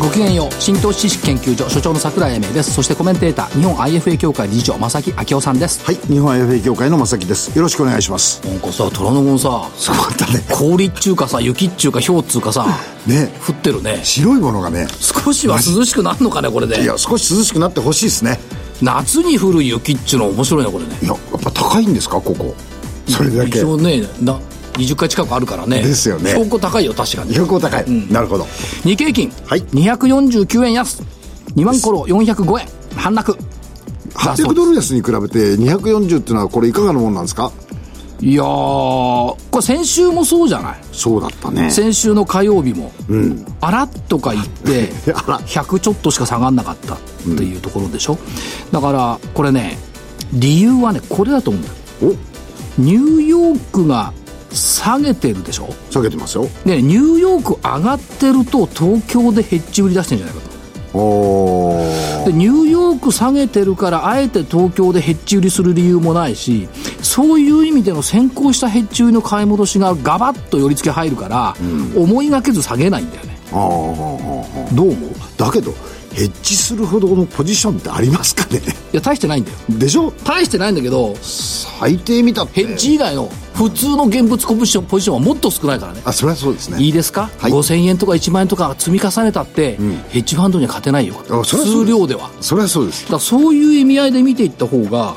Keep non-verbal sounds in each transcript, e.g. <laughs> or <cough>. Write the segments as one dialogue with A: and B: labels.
A: ごきげんよう新投資知識研究所所長の桜井英明ですそしてコメンテーター日本 IFA 協会理事長正木昭夫さんです
B: はい日本 FA 協会の正木ですよろしくお願いします
A: なんかさ虎ノ門さ
B: すごかったね
A: 氷っちゅうかさ雪っちゅうか氷っつうかさ
B: ね
A: 降ってるね
B: 白いものがね
A: 少しは涼しくなるのかねこれで
B: いや少し涼しくなってほしいですね
A: 夏に降る雪っちゅうの面白いねこれね
B: いややっぱ高いんですかここそれだけ
A: 一応ねな20回近くあるからね
B: ですよね
A: 標高高いよ確かに
B: 標高高い、なるほど
A: 日経金、
B: はい
A: 249円安2万コロ405円反落だそう
B: 800ドル安に比べて240っていうのはこれいかがなもんなんですか
A: いやーこれ先週もそうじゃない
B: そうだったね
A: 先週の火曜日も、あらっとか言って
B: <laughs> あら
A: 100ちょっとしか下がんなかったっていうところでしょ、だからこれね理由はねこれだと思うんだよ
B: お
A: ニューヨークが下げてるでしょ
B: 下げてますよ
A: でニューヨーク上がってると東京でヘッジ売り出してんじゃないかと
B: おー
A: でニューヨーク下げてるからあえて東京でヘッジ売りする理由もないしそういう意味での先行したヘッジ売りの買い戻しがガバッと寄り付け入るから、思いがけず下げないんだよね
B: あー
A: どう思うい
B: だけどヘッジするほどのポジションってありますかね
A: や大してないんだよ
B: でしょ
A: 大してないんだけど
B: 最低見たって
A: ヘッジ以外の普通の現物コポジションポジションはもっと少ないからね
B: あそれはそうですね
A: いいですか、
B: はい
A: 5000円とか1万円とか積み重ねたって、ヘッジファンドには勝てないよ
B: あそりゃそう
A: 数量では
B: それはそうです
A: だからそういう意味合いで見ていった方が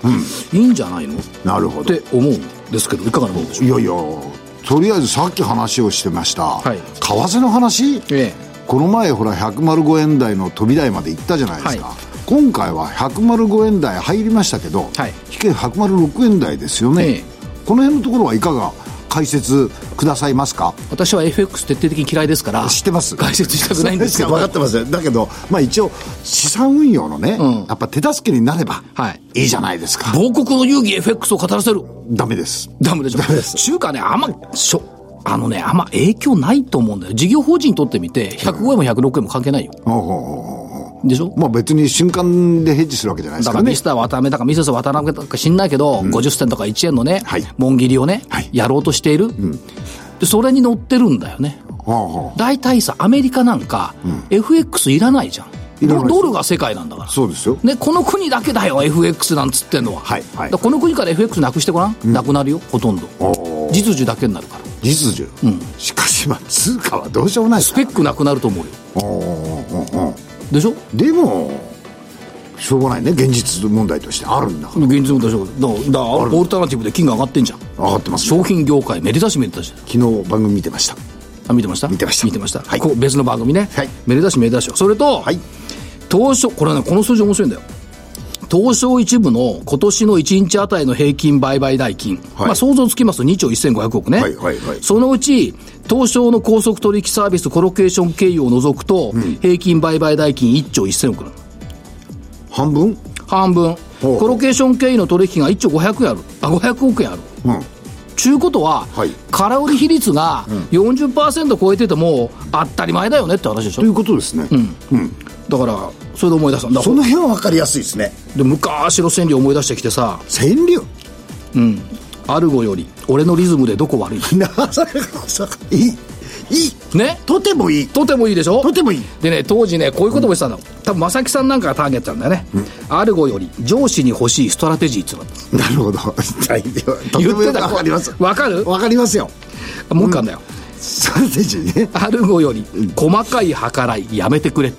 A: いいんじゃないの、
B: なるほ
A: っ
B: ど
A: て思うんですけどいかがなものでしょう
B: いやいやとりあえずさっき話をしてました、
A: い
B: 為替の話、
A: ええ
B: この前ほら105円台の飛び台まで行ったじゃないですか、
A: はい
B: 今回は105円台入りましたけど、
A: はい
B: 引け106円台ですよね、
A: ええ
B: この辺のところはいかが解説くださいますか
A: 私は FX 徹底的に嫌いですから
B: 知ってます
A: 解説したくないんですけ
B: <laughs>
A: ど
B: 分かってますよだけど、まあ、一応資産運用のね、
A: うん
B: やっぱ手助けになれば
A: はい
B: いいじゃないですか、
A: 亡国の遊戯 FX を語らせる
B: ダメです
A: ダメでしょ
B: ダメです
A: 中華ねあんましょあのねあんま影響ないと思うんだよ事業法人にとってみて105円も106円も関係ないよ
B: ほうほうほう
A: でしょ
B: まあ別に瞬間でヘッジするわけじゃないです
A: だ
B: か
A: からら
B: ね
A: ミスター渡辺だかミセス渡辺だか知んないけど、50銭とか1円のね、
B: はい
A: 紋切りをね、
B: はい
A: やろうとしている、でそれに乗ってるんだよね
B: はあはあ
A: 大体さアメリカなんか、FX いらないじゃん
B: いらないです
A: ドルが世界なんだから
B: そうですよ
A: ね、この国だけだよ FX なんつってんのは、
B: はいはい
A: だからこの国から FX なくしてごらん、なくなるよほとんど
B: お
A: 実需だけになるから
B: 実需、しかしまあ通貨はどうしようもないです
A: スペックなくなると思うよでしょ
B: でもしょうがないね現実問題としてあるんだから
A: 現実問題でしょだだからオルタナティブで金が上がってんじゃん
B: 上がってますね
A: 商品業界めでたしめでたし
B: 昨日番組見てました
A: あ見てました
B: 見てました
A: 見てました、
B: はい
A: こう別の番組ね、
B: はい
A: めでたしめでたしよそれと、
B: はい
A: 東証これねこの数字面白いんだよ東証一部の今年の1日あたりの平均売買代金、
B: はい
A: まあ、想像つきますと2兆1500億ね、
B: はいはいはい
A: そのうち東証の高速取引サービスコロケーション経由を除くと、平均売買代金1兆1000億なの
B: 半分
A: 半分
B: ほう
A: コロケーション経由の取引が1兆500円あるあ500億円ある
B: うん
A: ちゅうことは、
B: はい
A: 空売り比率が40%超えてても当たり前だよねって話でしょ
B: ということですね、
A: だからそれで思い出したんだ
B: その辺は分かりやすいですね
A: で昔の川柳思い出してきてさ
B: 川柳
A: 「アルゴより俺のリズムでどこ悪い
B: なさかさかいいいい」
A: ね
B: とてもいい
A: とてもいいでしょ
B: とてもいい
A: でね当時ねこういうこともしてたの、多分正木さんなんかがターゲットなんだよね、アルゴより上司に欲しいストラテジーっつうの
B: なるほど大体はとてもよく分かります
A: わかる
B: 分かりますよ <laughs>
A: もう一回あんだよ、
B: ストラテジーね
A: アルゴより細かい計らいやめてくれ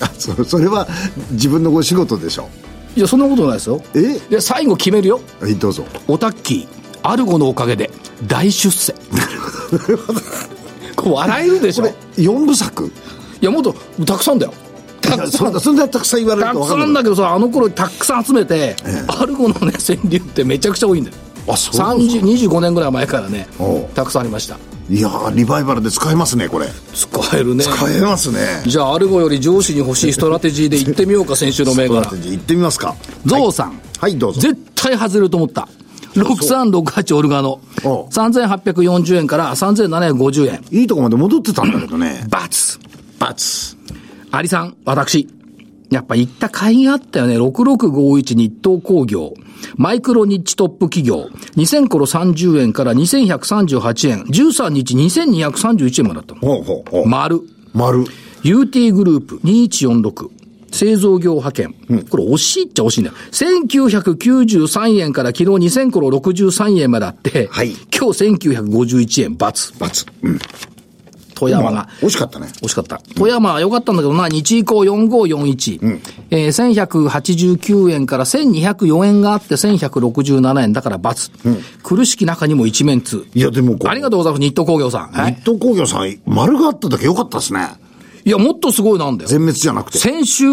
B: あそそれは自分のご仕事でしょ
A: いやそんなことないですよ
B: え
A: で最後決めるよ
B: はいどうぞ
A: オタッキーアルゴのおかげで大出世こう笑えるでし
B: こ
A: ょい
B: れ4部作
A: やもっとたくさんだよたくさ
B: そ
A: ん
B: んなそんなたくさん言われる
A: た
B: と
A: く
B: 分
A: さ
B: かんない
A: んだけどさあの頃たくさん集めて、
B: ええ
A: アルゴのね川柳ってめちゃくちゃ多いんだよ
B: あそうなんです
A: 30 25年ぐらい前からね
B: おう
A: たくさんありました
B: いやーリバイバルで使えますねこれ
A: 使えるね
B: 使えますね
A: じゃあアルゴより上司に欲しいストラテジーで行ってみようか先週の銘
B: ストラ
A: 柄
B: テジー行ってみますか
A: ゾウさん、
B: はいどうぞ
A: 絶対外れると思った6368オルガノ
B: おう
A: 3840円から3750円
B: いいとこまで戻ってたんだけどね。
A: バツ
B: バツ。
A: アリさん、私。やっぱ行った会議あったよね。6651日東工業。マイクロニッチトップ企業。2000頃30円から2138円。13日2231円までだったの。
B: ほうほうほう。
A: 丸。
B: 丸。
A: UT グループ2146。製造業派遣。これ惜しいっちゃ惜しいんだよ。1993円から昨日2000頃63円まであって、
B: はい
A: 今日1951円×。
B: バツ。うん。
A: 富山が。
B: 惜しかったね。
A: 惜しかった。富山は良かったんだけどな、日以降4541。えー、1189円から1204円があって1167円。だから×。苦しき中にも一面通。
B: いや、でもこう。
A: ありがとうございます、日東工業さん。はい
B: 日。東工業さん、丸があっただけ良かったですね。
A: いや、もっとすごいなんだよ。
B: 全滅じゃなくて。
A: 先週、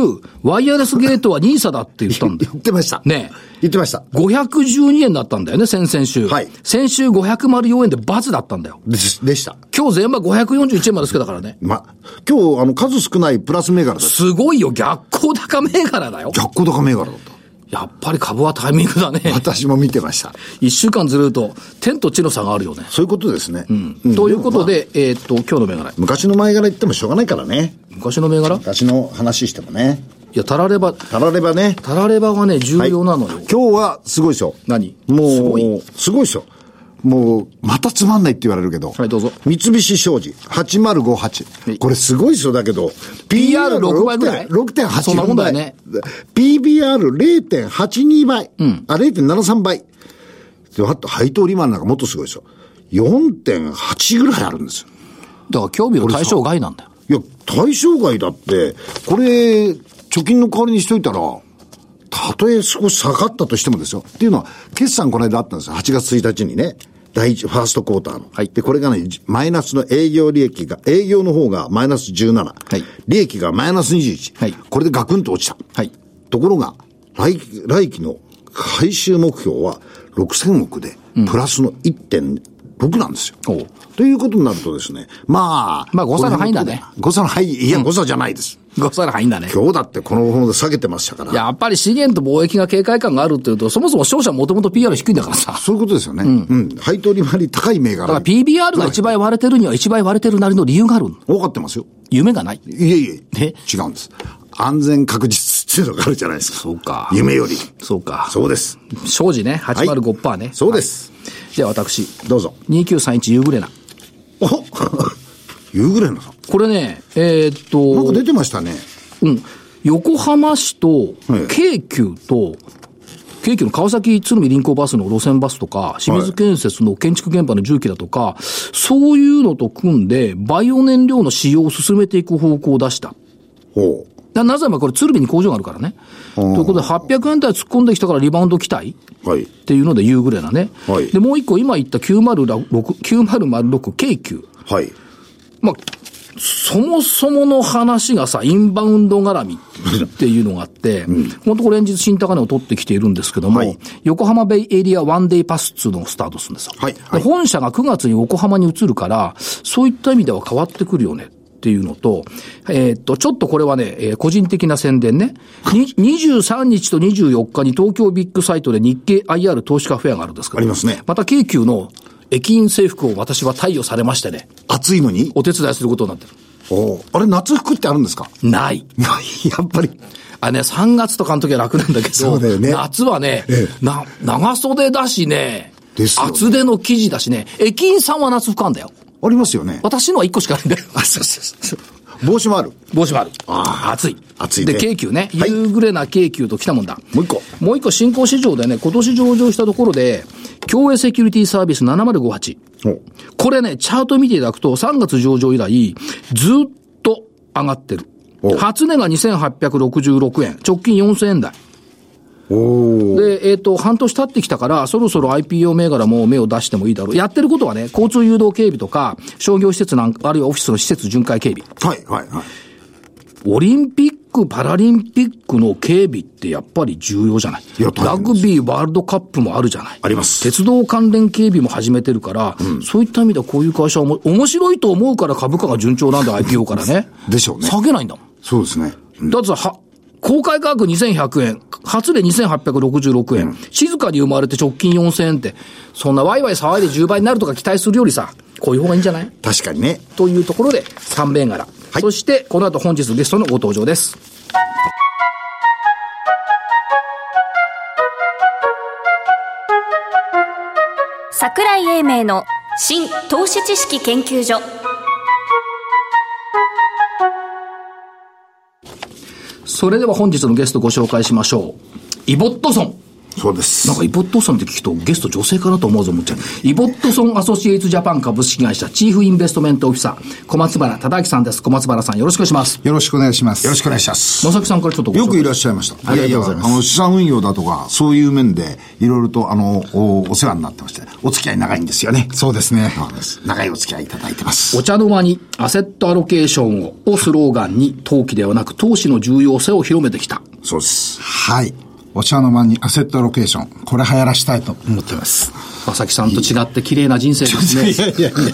A: ワイヤレスゲートは NISA だって言ったんだ
B: <laughs> 言
A: よ。
B: ってました。
A: ね
B: 言ってました。
A: 512円だったんだよね、先々週。
B: はい
A: 先週504円で×だったんだよ。
B: でしでした。
A: 今日全場541円までつけたからね。
B: ま、今日、あの、数少ないプラス銘柄だった。
A: すごいよ、逆光高銘柄だよ。
B: 逆光高銘柄だった。
A: やっぱり株はタイミングだね。
B: 私も見てました。
A: 一週間ずれると、天と地の差があるよね。
B: そういうことですね。ん
A: ということ。で、えーっと、今日の銘柄。
B: 昔の前から言ってもしょうがないからね。
A: 昔の銘柄い
B: 昔の話してもね。
A: や、タラレバ、
B: たらればね。
A: タラレバがね、重要なのよ。
B: はい今日はすごいですよ。
A: 何
B: もう、
A: す
B: す
A: ご
B: ご
A: い
B: い。ですよ。もう、またつまんないって言われるけど。
A: はいどうぞ
B: 三菱商事、8058。これすごいですよ、だけど。
A: PR6 倍ぐらい
B: ?6.8
A: そんなもんだよね。
B: PBR0.82 倍。あ、0.73倍。で、あと、配当利回りなんかもっとすごいですよ。4.8ぐらいあるんですよ。
A: だから、興味の対象外なんだよ。
B: いや、対象外だって、これ、貯金の代わりにしといたら、たとえ少し下がったとしてもですよ。っていうのは、決算この間あったんですよ。8月1日にね。第一、ファーストクォーターの。
A: はい
B: で、これがね、じマイナスの営業利益が、営業の方がマイナス17。
A: い
B: 利益がマイナス21。
A: はい
B: これでガクンと落ちた。
A: はい。
B: ところが、来期、来期の回収目標は6000億で、プラスの1.6なんですよ。
A: おう
B: ということになるとですね、まあ。
A: まあ誤差の範囲だね
B: この辺のこと誤差の範囲、いや、誤差じゃないです。
A: 5皿入んだね。
B: 今日だってこの方で下げてましたから。
A: やっぱり資源と貿易が警戒感があるっていうと、そもそも商社もともと PR 低いんだからさ。
B: そういうことですよね。うん。配当利回り高い銘柄。
A: だから PBR が1倍割れてるには1倍割れてるなりの理由があるの
B: 多かってますよ。
A: 夢がない。
B: いえいえ。
A: え
B: 違うんです。安全確実っていうのがあるじゃないですか。
A: そうか
B: 夢より。
A: そうか。
B: そうです。
A: 庄司ね、805%ね。
B: そうです。
A: じゃあ私、
B: どうぞ。
A: 2931ユーグレナ。
B: お <laughs> 夕暮れのさん。
A: これね、えーっと。
B: なんか出てましたね。
A: うん、横浜市と
B: はい
A: 京急と、京急の川崎鶴見臨港バスの路線バスとか、清水建設の建築現場の重機だとか、そういうのと組んで、バイオ燃料の使用を進めていく方向を出した。
B: ほ
A: だなぜならこれ鶴見に工場があるからね。ということで、800円台突っ込んできたからリバウンド期待
B: う。はい。
A: っていうので夕暮れなね。
B: はい
A: で、もう一個今言った9006、9006京急。
B: はい。
A: まあ、そもそもの話がさ、インバウンド絡みっていうのがあって、本当これ連日新高値を取ってきているんですけども、
B: はい
A: 横浜ベイエリアワンデイパスっていうのをスタートするんですよ。
B: はいはい
A: で本社が9月に横浜に移るから、そういった意味では変わってくるよね。っていうのと、えーっと、ちょっとこれはね、えー個人的な宣伝ね。に23日と24日に東京ビッグサイトで日経 IR 投資家フェアがあるんですけど。
B: ありますね
A: また京急の駅員制服を私は貸与されましてね、
B: 暑いのに
A: お手伝いすることになってる。
B: おうあれ、夏服ってあるんですか
A: ない。
B: やっぱり。
A: あれね、3月とかの時は楽なんだけど、
B: そうだよね
A: 夏はね、
B: え
A: な、長袖だしね、
B: ですよね
A: 厚手の生地だしね、駅員さんは夏服あんだよ。
B: ありますよね。
A: 私のは1個しかないんだよ。そうそうそう。
B: 帽子もある。
A: 帽子もある。
B: あー
A: 暑い。
B: 暑いね
A: で、京急ね。
B: はい
A: 夕暮れな京急と来たもんだ。
B: もう一個。
A: もう一個、新興市場でね、今年上場したところで、競営セキュリティサービス7058。
B: お
A: これね、チャート見ていただくと、3月上場以来、ずっと上がってる
B: お。
A: 初値が2866円、直近4000円台。
B: おー
A: で、えっ、と、半年経ってきたから、そろそろ IPO 銘柄も目を出してもいいだろう。やってることはね、交通誘導警備とか、商業施設なんか、あるいはオフィスの施設巡回警備。
B: はい、はい、はい。
A: オリンピック・パラリンピックの警備ってやっぱり重要じゃない
B: いや大変です
A: ラグビーワールドカップもあるじゃない
B: あります
A: 鉄道関連警備も始めてるから、そういった意味ではこういう会社はおも面白いと思うから株価が順調なんだ、IPO
B: <laughs>
A: からね。
B: でしょうね
A: 下げないんだもん。
B: そうですね。
A: だってさ、は、公開価格2100円、初で2866円、静かに生まれて直近4000円って、そんなワイワイ騒いで10倍になるとか期待するよりさ、こういう方がいいんじゃない
C: 確かにね。
A: というところで、3銘柄。
C: はい
A: そして、この後本日のゲストのご登場です。
D: 桜井英明の新投資知識研究所
A: それでは本日のゲストご紹介しましょう。イボットソン。
C: そうです。
A: なんかイボットソンって聞くとゲスト女性かなと思うぞ思っちゃう。イボットソンアソシエイツジャパン株式会社チーフインベストメントオフィサー、小松原忠明さんです。小松原さんよろしくお願いします。
B: よろしくお願いします。
C: よろしくお願いします。
A: 野崎さんからちょっとご紹
B: よ
A: 介
B: くいらっしゃいました。
C: ありがとうございます
B: あの、資産運用だとか、そういう面で、いろいろと、あの、お、お世話になってまして、
C: お付き合い長いんですよね。
B: そうですね。
C: そうなんです。長いお付き合いいただいてます。
A: お茶の間にアセットアロケーションををスローガンに投機ではなく投資の重要性を広めてきた。
C: そうです。
B: はい。お茶の間にアセットアロケーション、これ流行らしたいと思ってます。
A: 正木さんと違って綺麗な人生ですね。
B: や <laughs> いやい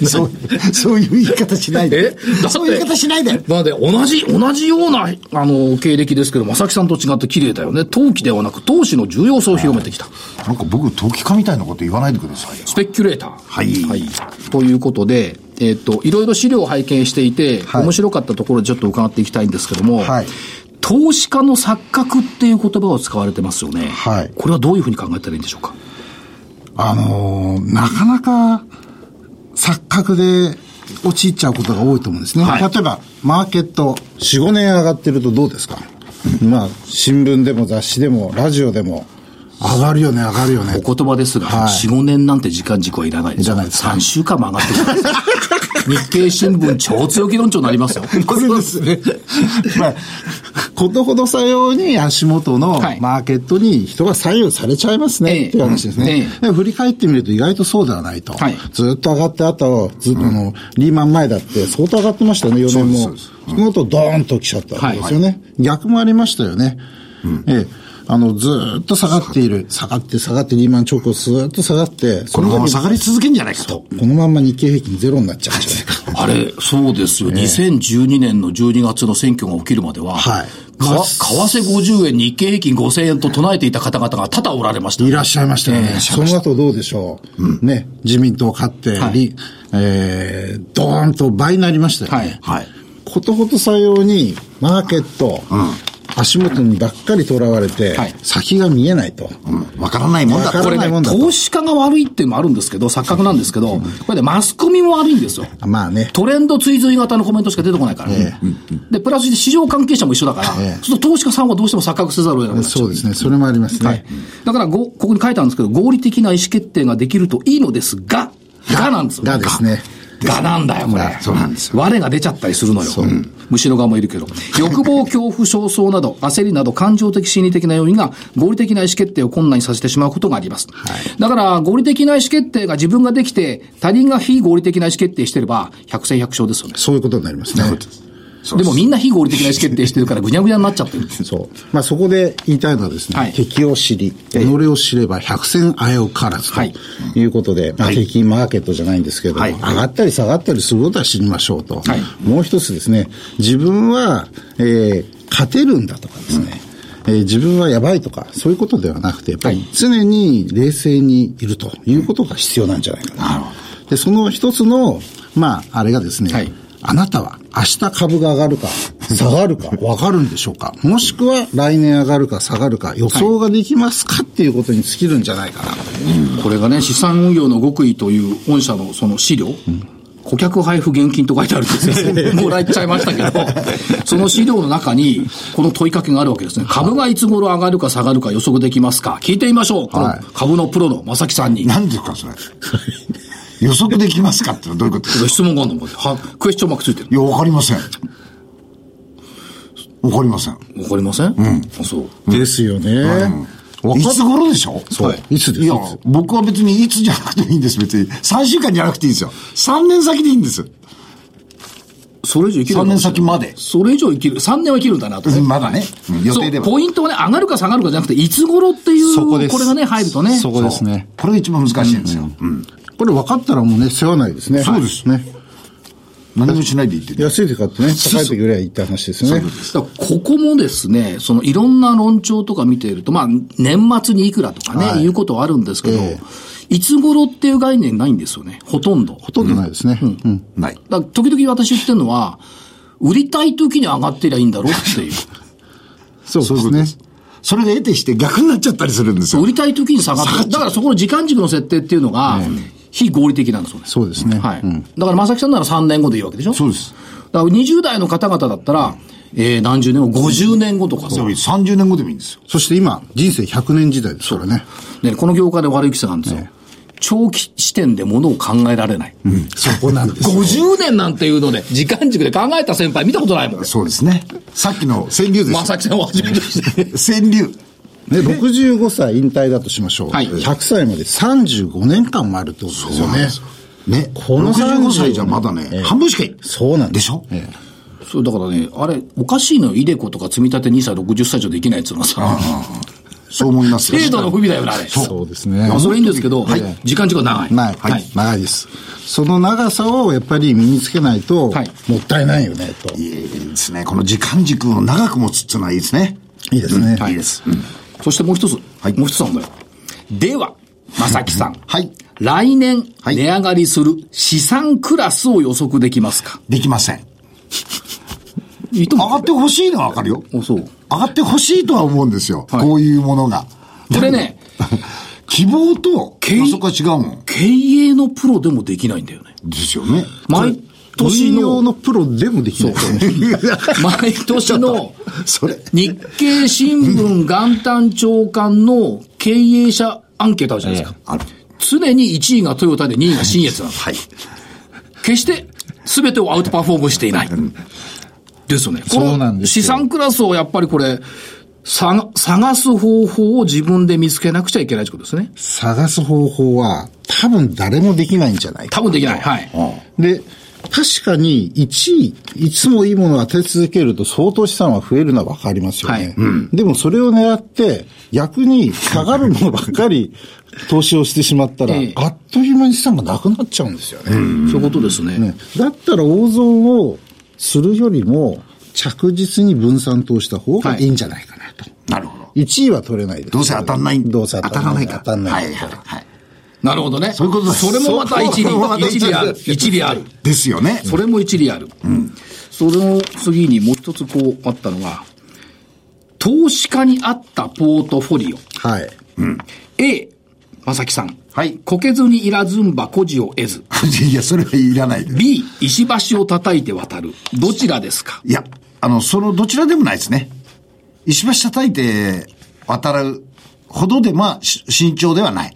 B: や、そう、
C: そういう言い方しない
A: え
C: で
A: だっ。て
C: そういう言い方しないで。
A: なので、同じ、同じような、あの、経歴ですけど、正木さんと違って綺麗だよね。投機ではなく、投資の重要性を広めてきた。
B: なんか僕、投機家みたいなこと言わないでくださいよ。
A: スペキュレーター。
B: はい
A: ということで、えっ、と、いろいろ資料を拝見していて、
B: はい
A: 面白かったところでちょっと伺っていきたいんですけども、
B: はい
A: 投資家の錯覚っていう言葉を使われてますよね。
B: はい
A: これはどういうふうに考えたらいいんでしょうか
B: あのーなかなか錯覚で陥っちゃうことが多いと思うんですね。
A: はい
B: 例えば、マーケット、4、5年上がってるとどう <laughs> ですかまあ、新聞でも雑誌でも、ラジオでも、上がるよね、上がるよね。
A: お言葉ですが、
B: はい
A: 4、5年なんて時間軸はいらないです。
B: じゃないです
A: 3週間も上がってくる。 <laughs> 日経新聞超強気論調になり <laughs> ますよ。
C: <laughs>
B: そうですね。 <laughs> まあ、ことほどさように足元の
A: はい
B: マーケットに人が左右されちゃいます
A: ええ
B: ね、っていう話ですね
A: え。
B: で振り返ってみると意外とそうではないと。
A: はい
B: ずっと上がってあと、ずっとあの、リーマン前だって相当上がってましたよね、4年
C: そう
B: も。
C: です
B: その後ドーンと来ちゃったわけですよね。逆もありましたよね。ええあの、ずーっと下がっている。下がって下がってリーマン直後ずーっと下がって、
C: このまま下
B: こ
C: がり続けんじゃないかと。
B: のまんま日経平均ゼロになっちゃうんじゃないか。
A: あれ、そうですよ。2012年の12月の選挙が起きるまでは、
B: はい
A: か為替50円、日経平均5000円と唱えていた方々が多々おられました。
B: いらっしゃいましたよ
A: ええい
B: ね。
A: らっしゃい
B: そ
A: まし
B: の後どうでしょう。ね、自民党勝って、
A: はい
B: りえー、ドーンと倍になりましたよね。
C: はい。
B: ことほとさように、マーケット、足元にばっかりとらわれて、
A: はい
B: 先が見えないと。
C: うん。わからないもんだ
B: わか
A: こ
B: ら
A: れ
B: な
A: ね
B: いもん、だと
A: 投資家が悪いっていうのもあるんですけど、錯覚なんですけど、これね、マスコミも悪いんですよ。
B: まあね。
A: トレンド追随型のコメントしか出てこないから。
B: え
A: で、プラス市場関係者も一緒だから、
B: ええ
A: そうすると投資家さんはどうしても錯覚せざるを得なくなっちゃう。
B: そうですね。それもありますね。
A: だからご、ここに書いてあるんですけど、合理的な意思決定ができるといいのですが、がなんですよ。
B: がですね。
A: がなんだよ、これ。
C: そうなんですよ
A: 我が出ちゃったりするのよ。うん虫の側もいるけど。欲望、恐怖、焦燥など、焦りなど、感情的、心理的な要因が合理的な意思決定を困難にさせてしまうことがあります。だから、合理的な意思決定が自分ができて、他人が非合理的な意思決定してれば、百戦百勝ですよね。
B: そういうことになりますね。
C: そう
A: ですもみんな非合理的な意思決定してるから、ぐにゃぐにゃになっちゃってる。
B: そう。まあそこで言いたいのはですね、
A: はい
B: 敵を知り、己を知れば百戦あえをからずと
A: はい
B: いうことで、まあ、敵マーケットじゃないんですけども、
C: はい
B: 上がったり下がったりすることは知りましょうと。
A: はい
B: もう一つですね、自分は、えー勝てるんだとかですね、えー自分はやばいとか、そういうことではなくて、やっぱり常に冷静にいるということが必要なんじゃないかな。で、その一つの、まあ、あれがですね、
A: はい
B: あなたは明日株が上がるか、下がるか分かるんでしょうかもしくは来年上がるか下がるか予想ができますかっていうことに尽きるんじゃないかな。
A: これがね、資産運用の極意という御社のその資料。顧客配布現金と書いてあるんですよ。もらっちゃいましたけど、その資料の中に、この問いかけがあるわけですね。株がいつ頃上がるか下がるか予測できますか聞いてみましょう。この
B: はい
A: 株のプロの正木さんに。
C: なんですか、それ。予測できますかってのはどういうことですか
A: 質問があるのはクエスチョンマークついてる。
C: いや、わかりません。わかりません。
A: わかりませんうん。そう。
B: ですよね。
C: いつ頃でしょ
B: そう
C: はい
B: いつです
C: いや
B: いつ、
C: 僕は別にいつじゃなくていいんです、別に。3週間じゃなくていいんですよ。3年先でいいんです。
A: それ以上生きる
C: 3年先まで。
A: それ以上生きる。3年は生きるんだなと。
C: うんまだね。うん予定では。
A: そうポイントはね、上がるか下がるかじゃなくて、いつ頃っていう、
B: そこです
A: これがね、入るとね。
B: そこですね。
C: これが一番難しいんですよ。うん
B: これ分かったらもうね、世話ないですね。
C: そうです
B: ね。
C: 何もしないでいいってね
B: 安いで買ってね、高い時よりはいいって話ですよね。
A: だからここもですね、そのいろんな論調とか見ていると、まあ、年末にいくらとかね、、
B: はいいう
A: ことはあるんですけど、
B: え
A: いつ頃っていう概念ないんですよね、ほとんど。
B: ほとんどないですね。うん
C: ない。
A: だから時々私言ってるのは、売りたい時に上がってりゃいいんだろうって
B: <laughs>
A: いう。
B: そう
C: そういうこと
B: で
C: ですす
B: ね。。
C: それが得てして逆になっちゃったりするんですよ
A: 売。りたい時に下がってる。だからそこの時間軸の設定っていうのが、非合理的なんですよね。
B: そうですね
A: はい。
B: うん
A: だから、正木さんなら3年後でいいわけでしょ
C: そうです。
A: だから20代の方々だったら、えー、何十年後、50年後とか
C: で
A: さ、
C: も30年後でもいいんですよ。
B: そして今、人生100年時代ですからね。
A: ね、この業界で悪い癖なんですよ。長期視点でものを考えられない。
B: そこなんでよ
A: 50年なんていうので、時間軸で考えた先輩見たことないもん。
C: そうですね。さっきの川柳ですよ。
A: 正木さんをはじめとして。
C: 川柳。
B: ね、65歳引退だとしましょう。
A: はい
B: 100歳まで35年間もあるってことですよね。
C: ね。
B: この
C: 65歳じゃまだね、
B: ええ
C: 半分しかい
B: そうなん
C: で
B: です
C: しょ
B: え
A: <laughs> そう、だからね、あれ、おかしいのよ。イデコとか積み立て2歳、60歳以上できないっつうのはさ、
C: そう思いますよ
A: 制度の不備だよね、あれ。
B: えそうですね。
A: あそれいいんですけど、はい時間軸は長い。
B: ない、
A: はい。
B: 長いです。その長さをやっぱり身につけないと、
A: はい
B: もったいないよね、と。
C: いいですね。この時間軸を長く持つっていうのはいいですね。
B: いいですね。
C: いいです。うん
A: そしてもう一つ。
C: はい
A: もう一つなんだよ。では、正木さん。
C: はい
A: 来年、
C: はい
A: 値上がりする資産クラスを予測できますか
C: できません。
A: いいと
C: 上
A: 思
C: がってほしいのはわかるよ。
A: おそう
C: 上がってほしいとは思うんですよ。
A: はい
C: こういうものが。
A: う。これね、
C: 希望と
A: 経営
C: 予測は違うもん。
A: 経営のプロでもできないんだよね。
C: ですよね。
A: 毎年
B: 運
A: の
B: 用、のプロでもできないです
C: <laughs>
B: ね。
A: 毎年の
C: それ。
A: 日経新聞元旦長官の経営者アンケートあるじゃないですか。
C: ある。
A: 常に1位がトヨタで2位が新越なんです。
C: はい。
A: 決して全てをアウトパフォームしていない。ですよね。こ
B: そうなん
A: の
B: です
A: 資
B: よ
A: 産クラスをやっぱりこれ、探探す方法を自分で見つけなくちゃいけないということですね。
B: 探す方法は、多分誰もできないんじゃないか。
A: 多分できない。はい。
B: で、確かに1位、いつもいいものを当て続けると相当資産は増えるのはわかりますよね。
A: はい
B: でもそれを狙って、逆に下がるものばっかり投資をしてしまったら、
A: ええ
B: あっという間に資産がなくなっちゃうんですよ
A: そ
B: ね。
A: ういうことですね。
B: ねだったら大損をするよりも、着実に分散投資した方がいいんじゃないかなと。
C: なるほど。
B: 1位は取れないです。
C: どうせ当たんない。
B: どうせ当たらない。
C: 当
B: 当
C: た
B: た
C: ん
B: ん
C: な。
B: ないい。
C: はいはいはい。
A: なるほどね。
C: そういうことです
A: それもまた一理
C: それもまた、一
A: 一
C: 理
A: 理ある。一理ある。
C: ですよね。
A: それも一理ある。その次にもう一つこうあったのが、投資家に合ったポートフォリオ。
B: はい。
A: A、まさきさん。
C: はい
A: こけずにいらずんばこじを得ず。
C: いや、それはいらないです。
A: B、石橋を叩いて渡る。どちらですか
C: いや、あの、そのどちらでもないですね。石橋叩いて渡るほどで、まあ、し慎重ではない。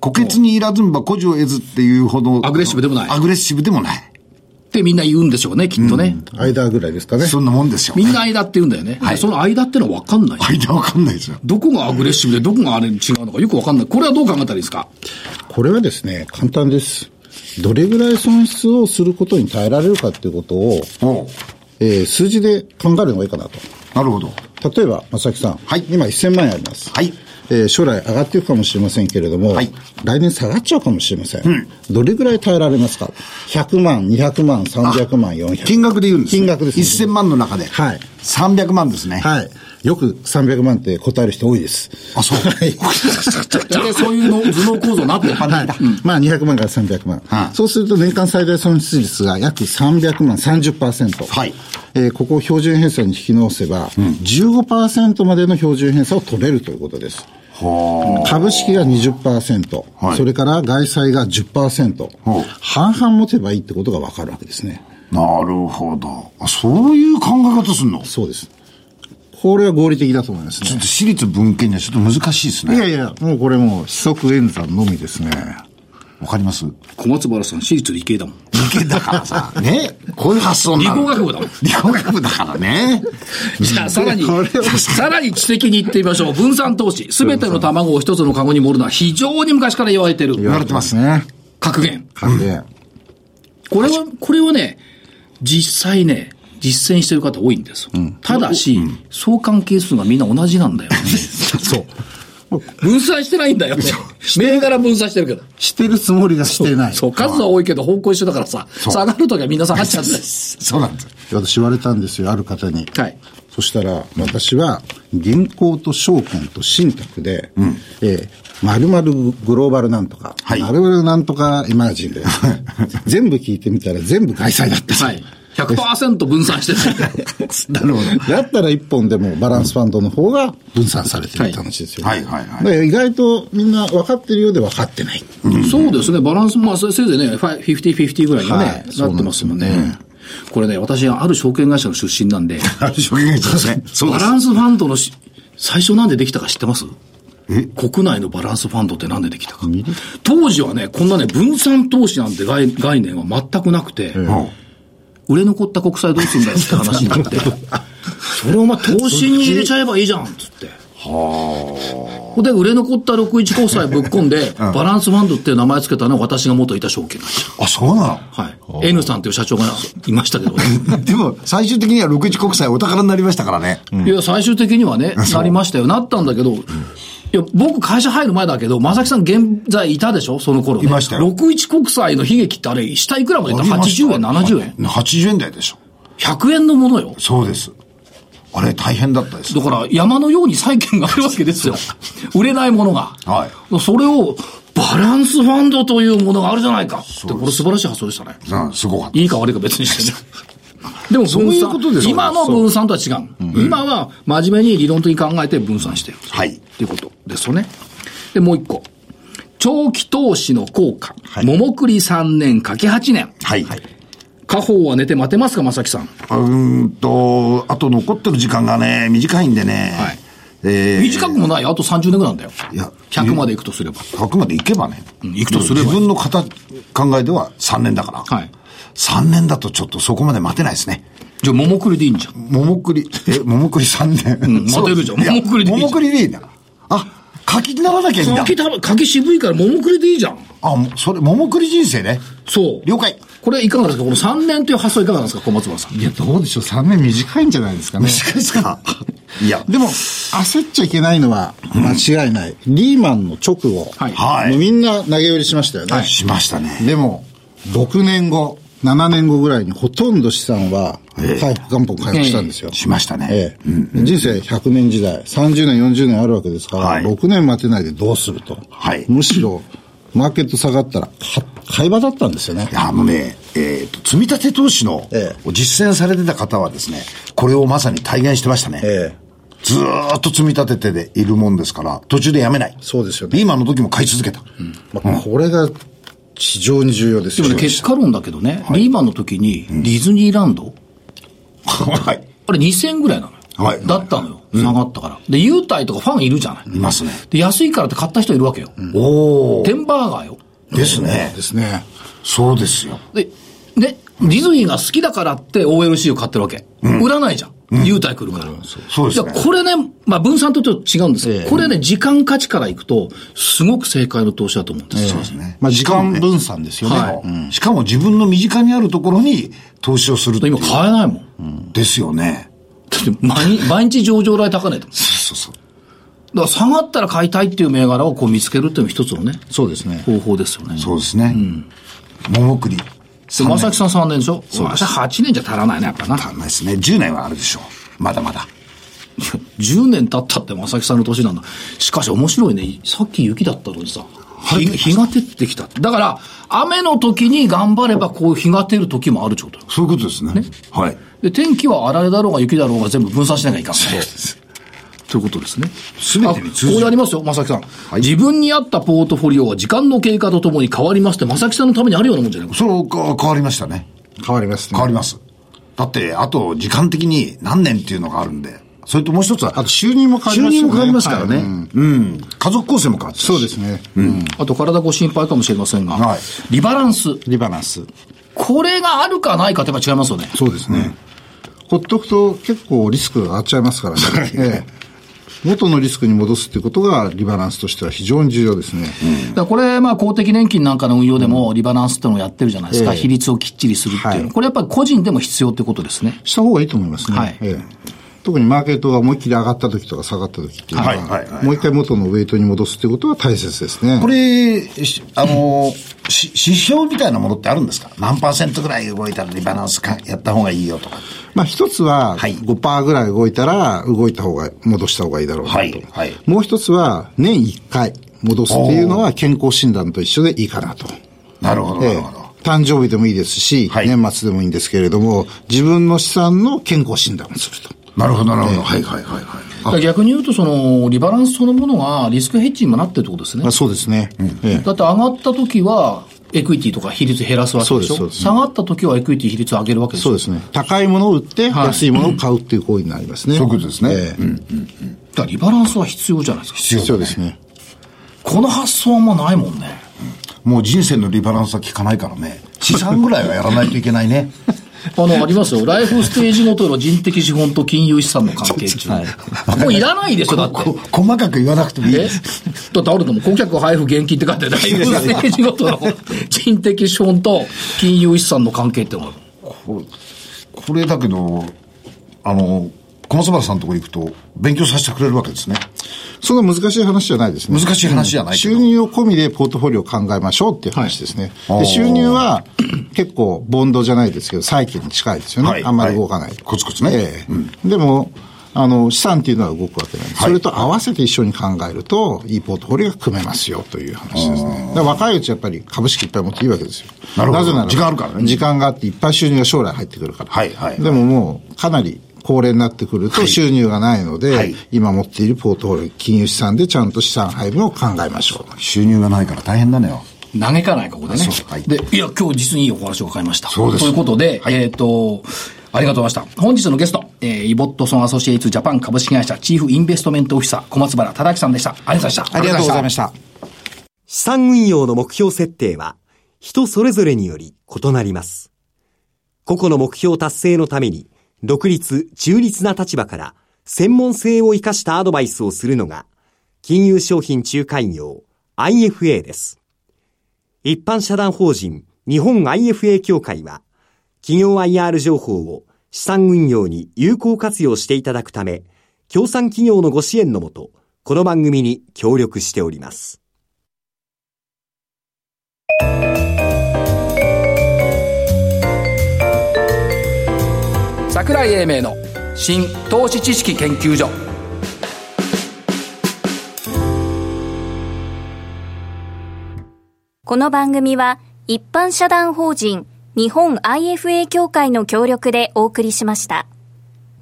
C: 虎穴にいらずんば古を得ずっていうほど。
A: アグレッシブでもない
C: アグレッシブでもない。
A: ってみんな言うんでしょうね、きっとね。
B: 間ぐらいですかね。
C: そんなもんですよ。
A: みんな間って言うんだよね。
C: はい
A: その間ってのは分かんない。
C: 間わかんないですよ。
A: どこがアグレッシブでどこがあれ違うのかよく分かんない。これはどう考えたらいいですか
B: これはですね、簡単です。どれぐらい損失をすることに耐えられるかっていうことを、
C: おう
B: えー数字で考えるのがいいかなと。
C: なるほど。
B: 例えば、正木さん。
C: はい
B: 今1000万円あります。
C: はい
B: えー将来上がっていくかもしれませんけれども、
C: はい
B: 来年下がっちゃうかもしれません。どれぐらい耐えられますか ?100 万、200万、300万、400
C: 金額で言うんです、ね。
B: 金額です、
C: 1000万の中で。
B: はい
C: 300万ですね。
B: はい。よく300万って答える人多いです。
C: あ、そう。
B: はい。
A: 大体そういうの頭脳構造になってる。
B: はい。まあ200万から300万。
C: はい
B: そうすると年間最大損失率が約300万、30%。
C: はい
B: えーここを標準偏差に引き直せば、15%までの標準偏差を取れるということです。株式が20%、
C: はい
B: それから外債が10%、
C: ほう
B: 半々持てばいいってことがわかるわけですね。
C: なるほど。あそういう考え方すんのちょ
B: そうです。これは合理的だと思いますね
C: っ。と私立文献にはちょっと難しいです
B: いや
C: ね。
B: いや、もうこれもう、四則演算のみですね。
C: わかります
A: 小松原さん、私立理系だもん。
C: 理系だからさ、ね。こういう発想
A: 理
C: なの
A: 工学部だもん。
C: 理工学部だからね。
A: じゃあ、さらに
B: これ、は
A: さらに知的に言ってみましょう。分散投資。すべての卵を一つのカゴに盛るのは非常に昔から言われてる。
C: われてます
B: ね。
A: 格言。
B: 勘で、
A: これは、これはね、実際ね、実践してる方多いんですよ。ただし、相関係数がみんな同じなんだよね。
B: そう。
A: 分散してないんだよ。銘柄分散してるけど。
B: してるつもりがしてない。
A: そう、数は多いけど方向一緒だからさ、下がるときはみんな下がっちゃうんだよ。
C: そうなんです。
B: 私言われたんですよ、ある方に。
A: はい
B: そしたら、私は、銀行と証券と信託で、えー、まるまるグローバルなんとか、
C: はい
B: まるまるなんとかエマージンで、 <laughs> 全部聞いてみたら全部外債だった。
A: はい。100%分散してない。 <laughs>
B: なるほど。 <laughs> だったら一本でもバランスファンドの方が分散されてるって話ですよ、
C: はいはいはいはい
B: だから意外とみんな分かってるようで分かってない。
A: そうですね、バランスも、まあ、せいぜいね、ファイ50-50ぐらいにね、
B: はい
A: なってますもんね。これね、私、ある証券会社の出身なんで、
C: ある証券会社ですね。そう
A: バ
C: です。
A: ランスファンドのし最初なんでできたか知ってます国内のバランスファンドってなんでできたか。当時はね、こんなね、分散投資なんて概概念は全くなくて、売れ残った国債どうすんだよって話になって、 <laughs> それをお前投資に入れちゃえばいいじゃんっつって。はで、売れ残った61交際ぶっ込ん <laughs> で、バランスファンドっていう名前つけたのは私が元いた証券会社。
C: あ、そうな
A: はい。N さんっていう社長がいました <laughs> けど、
C: のでも、最終的には六一国債お宝になりましたからね。
A: いや、最終的にはね、なりましたよ。なったんだけど、いや、僕会社入る前だけど、正木さん現在いたでしょその頃、ね。
C: いましたよ
A: 61国債の悲劇ってあれ、下いくらまでいった ?80 円、70円。
C: 円 ?80 円台でしょ。
A: 100円のものよ。
C: そうです。あれ大変だったです
A: だ。から山のように債券があるわけ
C: <laughs>
A: ですよ。売れないものが。
C: はい
A: それを、バランスファンドというものがあるじゃないかって、これ素晴らしい発想でしたね。
C: うん、すごかった。
A: いいか悪いか別に
C: <laughs>
A: してね。でも分散
C: そういうことですよね
A: 今の分散とは違う。今は真面目に理論的に考えて分散してる。
C: はい
A: っていうことですよね。で、もう一個。長期投資の効果。
C: はい
A: 桃栗3年かけ8年。
C: はい。
A: 家宝は寝て待てますか、正木さん。
C: うーんと、あと残ってる時間がね、短いんでね。
A: はい
C: えー、
A: 短くもない。あと30年ぐらいなんだよ。
C: いや
A: 100まで行くとすれば。
C: 100まで行けばね。
A: ん行くとすればいい
C: 自分の型、考えでは3年だから。
A: はい
C: 3年だとちょっとそこまで待てないですね。
A: じゃあ、桃栗でいいんじゃん。
C: 桃栗、え、桃栗3年。
A: ん待てるじゃん
C: いや
A: 桃栗でいいじゃん
C: 桃栗でいいんだ。あ、書きならなきゃいいんだ。
A: 柿た柿渋いから桃栗でいいじゃん。
C: あ、もうそれ、桃栗人生ね。
A: そう。
C: 了解。
A: これいかがですかこの3年という発想いかがなんですか小松原さん。
B: いや、どうでしょう。3年短いんじゃないですかね。
C: 短いですか <laughs> いや。
B: でも、焦っちゃいけないのは間違いない。リーマンの直後、
A: はい
C: はい
B: もうみんな投げ売りしましたよね。
C: しましたね。
B: でも、6年後、7年後ぐらいにほとんど資産は、
C: ええ
B: 回復元本回復したんですよ。
C: しましたね。
B: ええ人生100年時代、30年、40年あるわけですから、
C: はい
B: 6年待てないでどうすると。
C: はい
B: むしろ、マーケット下がったら、か買い場だったんですよね
C: い。やあのね、えっ、と、積み立て投資の
B: ええ、
C: 実践されてた方はですね、これをまさに体現してましたね。
B: ええ
C: ずーっと積み立てているもんですから、途中でやめない。
B: そうですよね
C: リーマンの時も買い続けた。
B: まあ、これが非常に重要です
A: で
B: よ
A: もね、結果論だけどね、リーマンの時にディズニーランド、
C: はい。
A: あれ2000ぐらいなのよ。
C: はい
A: だったのよ。下がったから。で、優待とかファンいるじゃない。
C: いますね。
A: で、安いからって買った人いるわけよ。
C: おお。
A: テンバーガーよ。
C: ですね
B: で。すね。
C: そうですよ。
A: で、で、ディズニーが好きだからって OLC を買ってるわけ。売らないじゃん。優待来るから。
C: そうですね
A: じゃあこれね、まあ分散とちょっと違うんですけど、これね、時間価値からいくと、すごく正解の投資だと思うんです。そうですね。
B: まあ、時間分散ですよね。
A: はい
C: うんしかも自分の身近にあるところに投資をするっていう
A: 今買えないもん。
C: ですよね。
A: だって毎日毎日上場来高値だもん
C: そうそう。
A: だから下がったら買いたいっていう銘柄をこう見つけるっていうのも一つのね、
B: そうですね。
A: 方法ですよね。
C: そうですね。桃栗。
A: で、まさきさん3年でしょ私は8年じゃ足らないね、やっぱな。
C: 足んないですね。10年はあるでしょう。まだまだ。
A: 10年経ったってまさきさんの年なんだ。しかし面白いね。さっき雪だったのにさ、日日が照ってきた。だから、雨の時に頑張ればこう日が照る時もあるってことよ
C: そういうことですね。はい。
A: で、天気はあられだろうが雪だろうが全部分散しなきゃいかん。ということですね。
C: 全てに通じる
A: あこうやりますよ、正木さん、自分に合ったポートフォリオは時間の経過とともに変わりますって、正木さんのためにあるようなもんじゃない
C: それか変わりましたね。
B: 変わりますね。
C: 変わります。だって、あと時間的に何年っていうのがあるんで。それともう一つは、
B: あと収入も変
C: 収
B: わりますよね
C: 入も変わりますからね。
B: はい
C: うん。家族構成も変わってるし
B: そうですね。
A: あと体ご心配かもしれませんが、
C: はい
A: リバランス。
B: リバランス。
A: これがあるかないかってやっぱ違いますよね。
B: そうですね。ほっとくと結構リスクが上がっちゃいますからね。ええ元のリスクに戻すっていうことがリバランスとしては非常に重要ですね。
A: だからこれ、まあ公的年金なんかの運用でもリバランスってのをやってるじゃないですか。
B: ええ
A: 比率をきっちりするっていうの。
B: はい
A: これやっぱり個人でも必要ってことですね。
B: した方がいいと思いますね。
A: はい
B: ええ特にマーケットが思いっきり上がった時とか下がった時っていうのは、
C: はいはいはい
B: もう一回元のウェイトに戻すってことは大切ですね。
C: これ、しあの、し指標みたいなものってあるんですか何パーセントぐらい動いたらリバランスかやった方がいいよとか。
B: まあ一つは
C: はい
B: 5%ぐらい動いたら動いた方が、戻した方がいいだろうなと。
C: はいはい
B: もう一つは年1回戻すっていうのは健康診断と一緒でいいかなと。
C: なるほど、な
B: ええ
C: るほど。
B: 誕生日でもいいですし、
C: はい
B: 年末でもいいんですけれども、自分の資産の健康診断をすると。
C: なるほど、なるほど。はいはいはいはい。
A: だから逆に言うと、その、リバランスそのものがリスクヘッジにもなってるってことですね
B: あ。そうですね。ええ
A: だって上がった時は、エクイティとか比率減らすわけでし
B: そうですそう
A: ょ。
B: です
A: 下がった時はエクイティ比率上げるわけでし
B: そう
A: ょ
B: で。すね。高いものを売って、
A: はい
B: 安いものを買うっていう行為になりますね。
C: そういうことですね
B: ええ
A: だからリバランスは必要じゃないですか。
B: 必要ですね。
A: この発想はあんまないもんね。
C: もう人生のリバランスは効かないからね。資産ぐらいはやらないといけな
B: <laughs>
C: いね。
A: あの、ありますよ。 <laughs> ライフステージごとの人的資本と金融資産の関係っていうのは。もういらないでしょ、だって
C: こ。細かく言わなくてもいい
A: え
C: です。
A: だってあるのも、顧客配布現金って書いてある。ライフ
B: <laughs>
A: ステージごとの人的資本と金融資産の関係ってのは。
C: ここれだけど、あの、小松原さんのとこ行くと、勉強させてくれるわけですね。
B: そんな難しい話じゃないですね。
C: 難しい話じゃないけど
B: 収入を込みでポートフォリオを考えましょうっていう話ですね。
C: はい
B: で収入は結構ボンドじゃないですけど、債券に近いですよね。
C: はい
B: あんまり動かない。
C: はいコツコツね
B: ええでも、あの、資産っていうのは動くわけなんです。それと合わせて一緒に考えると、いいポートフォリオが組めますよという話ですね。だから若いうちやっぱり株式いっぱい持っていいわけですよ。
C: なるほど
B: ぜなら
C: 時間あるからね
B: 時間があっていっぱい収入が将来入ってくるから。
C: はいはい
B: でももうかなり高齢になってくると収入がないので、
C: はい
B: 今持っているポートフォリオ、金融資産でちゃんと資産配分を考えましょう。
C: 収入がないから大変なのよ。
A: 嘆かない、ここでね
C: そうはい。
A: で、いや、今日実にいいお話を伺いました。
C: そうです
A: ということで、えっ、と、ありがとうございました。本日のゲスト、えーイボットソンアソシエイツジャパン株式会社チーフインベストメントオフィサー、小松原忠明さんでした。ありがとうございました。
B: ありがとうございました。
E: 資産運用の目標設定は人それぞれにより異なります。個々の目標達成のために独立、中立な立場から専門性を生かしたアドバイスをするのが金融商品仲介業 IFA です。一般社団法人日本 IFA 協会は企業 IR 情報を資産運用に有効活用していただくため、協賛企業のご支援のもと、この番組に協力しております。
A: 桜井英明の新投資知識研究所
D: この番組は一般社団法人日本 IFA 協会の協力でお送りしました。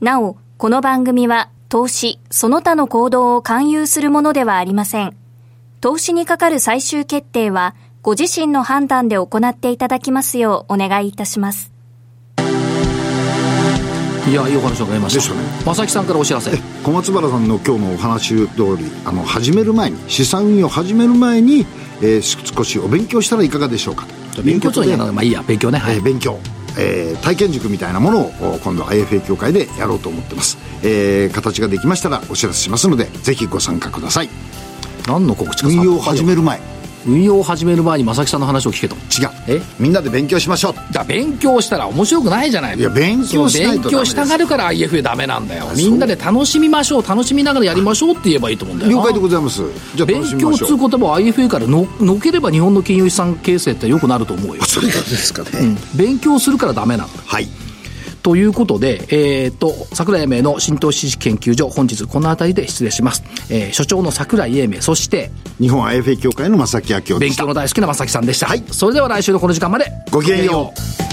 D: なお、この番組は投資、その他の行動を勧誘するものではありません。投資にかかる最終決定はご自身の判断で行っていただきますようお願いいたします。
A: いやいいお話を伺いました
C: でしたね
A: 正木さんからお知らせ
C: 小松原さんの今日のお話通り、あの、始める前に、資産運用を始める前に、えー少しお勉強したらいかがでしょうかと。
A: 勉強とは言わない
C: い
A: まあいいや勉強ねは
C: え
A: い
C: ー勉強、えー体験塾みたいなものをお今度 IFA 協会でやろうと思ってます、えー形ができましたらお知らせしますのでぜひご参加ください
A: 何の告知かさ
C: 運用を始める前違う
A: 運用を始める前に正木さんの話を聞けとえ
C: みんなで勉強しましょう
A: だから勉強したら面白くないじゃない
C: いや勉強しないと
A: 勉
C: ダメです
A: 強したがるから IFA ダメなんだよみんなで楽しみましょう楽しみながらやりましょうって言えばいいと思うんだよな
C: 了解でございますじゃあ楽し
A: 勉
C: み
A: 強
C: ま
A: っ
C: しょ
A: つう
C: う
A: 言葉を IFA からののければ日本の金融資産形成って良くなると思うよ
C: そういうことですかね、
A: 勉強するからダメなんだ
C: はい
A: ということで、えー、と、桜井英明の浸透知識研究所、本日この辺りで失礼します。えー所長の桜井英明、そして、
C: 日本 IFA 協会の正木明夫で
A: 勉
C: した
A: 強の大好きな正木さんでした。はい。それでは来週のこの時間まで。
C: ごきげんよう
A: う。